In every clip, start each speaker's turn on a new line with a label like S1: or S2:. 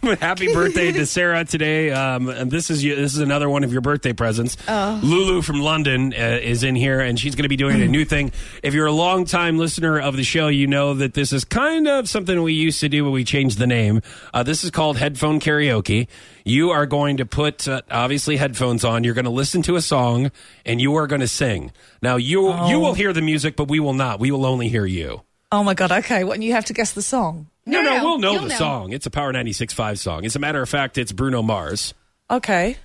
S1: happy birthday to Sarah today. Um, and this is you, this is another one of your birthday presents.
S2: Oh.
S1: Lulu from London uh, is in here, and she's going to be doing a new thing. If you're a long time listener of the show, you know that this is kind of something we used to do, but we changed the name. Uh, this is called headphone karaoke. You are going to put uh, obviously headphones on. You're going to listen to a song, and you are going to sing. Now you
S2: Oh.
S1: you will hear the music, but we will not. We will only hear you.
S3: Oh my god. Okay. What? And you have to guess the song.
S1: No, no,
S2: No, no,
S1: we'll know
S2: you'll
S1: the
S2: know.
S1: song. It's a Power 96.5 song. As a matter of fact, it's Bruno Mars.
S3: Okay.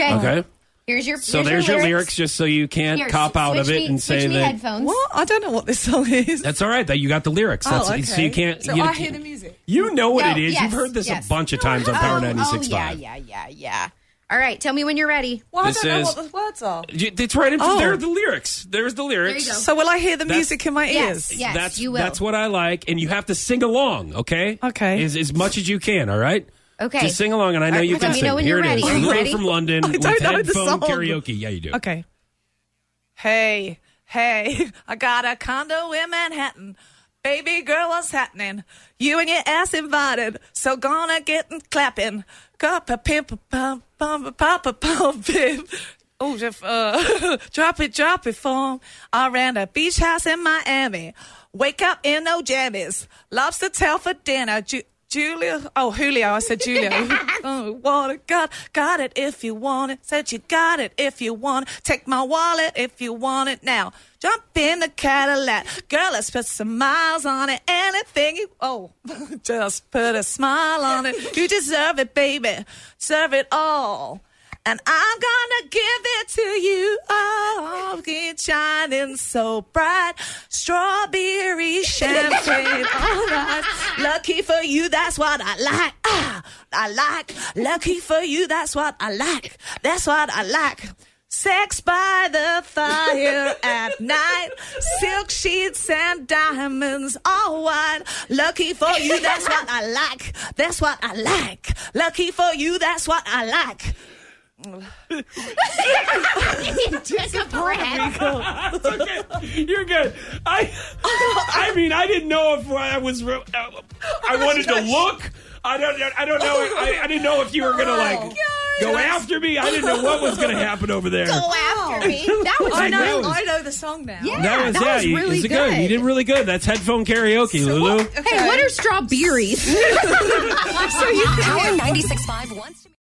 S2: Okay.
S1: Okay.
S2: Here's your.
S1: So there's
S2: here's
S1: your lyrics, just so you can't
S2: Here,
S1: cop
S2: s-
S1: out of
S2: switch
S1: it
S2: me-
S1: and say
S2: switch me
S1: that.
S2: headphones.
S3: What? I don't know what this song is.
S1: That's all right. That you got the lyrics. That's
S3: oh, okay.
S1: so you can't.
S3: So
S1: you,
S3: I hear the music.
S1: you know what
S2: No,
S1: it is.
S2: yes,
S1: You've heard this
S2: yes.
S1: a bunch of times on Power
S2: Oh,
S1: 96.5.
S2: Oh, yeah, yeah, yeah, yeah. All right, tell me when you're ready.
S3: Well,
S1: This
S3: I don't
S1: is-
S3: know what the words are.
S1: You- It's right in
S3: Oh.
S1: front. There are the lyrics. There's the lyrics.
S2: you go.
S3: So will I hear the
S1: That's-
S3: music in my
S2: Yes,
S3: ears?
S2: yes.
S1: that's
S2: you will.
S1: that's what I like, and you have to sing along, okay?
S3: Okay.
S1: As, as much as you can, all right?
S2: Okay.
S1: Just sing along, and I know
S2: right,
S1: you
S2: let
S1: can
S2: me
S1: sing.
S2: know when
S1: Here
S2: you're
S1: it is.
S2: ready. Are you
S1: Lulu
S2: ready?
S1: from London
S3: I
S1: with
S3: don't know the
S1: headphone
S3: song.
S1: karaoke. Yeah, you do.
S3: Okay. Hey, hey, I got a condo in Manhattan. Baby girl, what's happening? You and your ass invited, so gonna get and clapping. Coppa pimp, pump, pump, papa pump, pimp. Oh, just, uh, drop it, drop it for 'em. I ran a beach house in Miami. Wake up in no jammies. Lobster tail for dinner. Ju- Julia, oh Julio, I said Julio. oh, water, got got it if you want it. Said you got it if you want. it. Take my wallet if you want it now. Jump in the Cadillac, girl. Let's put some miles on it. Anything you oh, just put a smile on it. You deserve it, baby. Serve it all. And I'm gonna give it to you. Oh, it's shining so bright. Strawberry champagne. All right. Lucky for you, that's what I like. Ah, I like. Lucky for you, that's what I like. That's what I like. Sex by the fire at night. Silk sheets and diamonds, all white. Lucky for you, that's what I like. That's what I like. Lucky for you, that's what I like.
S2: Take a breath.
S1: You're good. I, I mean, I didn't know if I was. uh, I wanted to look. I don't. I don't know. I, I didn't know if you were gonna like
S2: Oh,
S1: go after me. I didn't know what was gonna happen over there.
S2: Go after me. That was
S1: I
S3: I
S1: know-
S3: know,
S1: was-
S3: I know the song now.
S2: Yeah,
S1: That was yeah. you-
S2: really
S1: it's good. You did really good. That's headphone karaoke, Lulu.
S2: Hey, what are strawberries?
S4: So you Power 96.5 wants to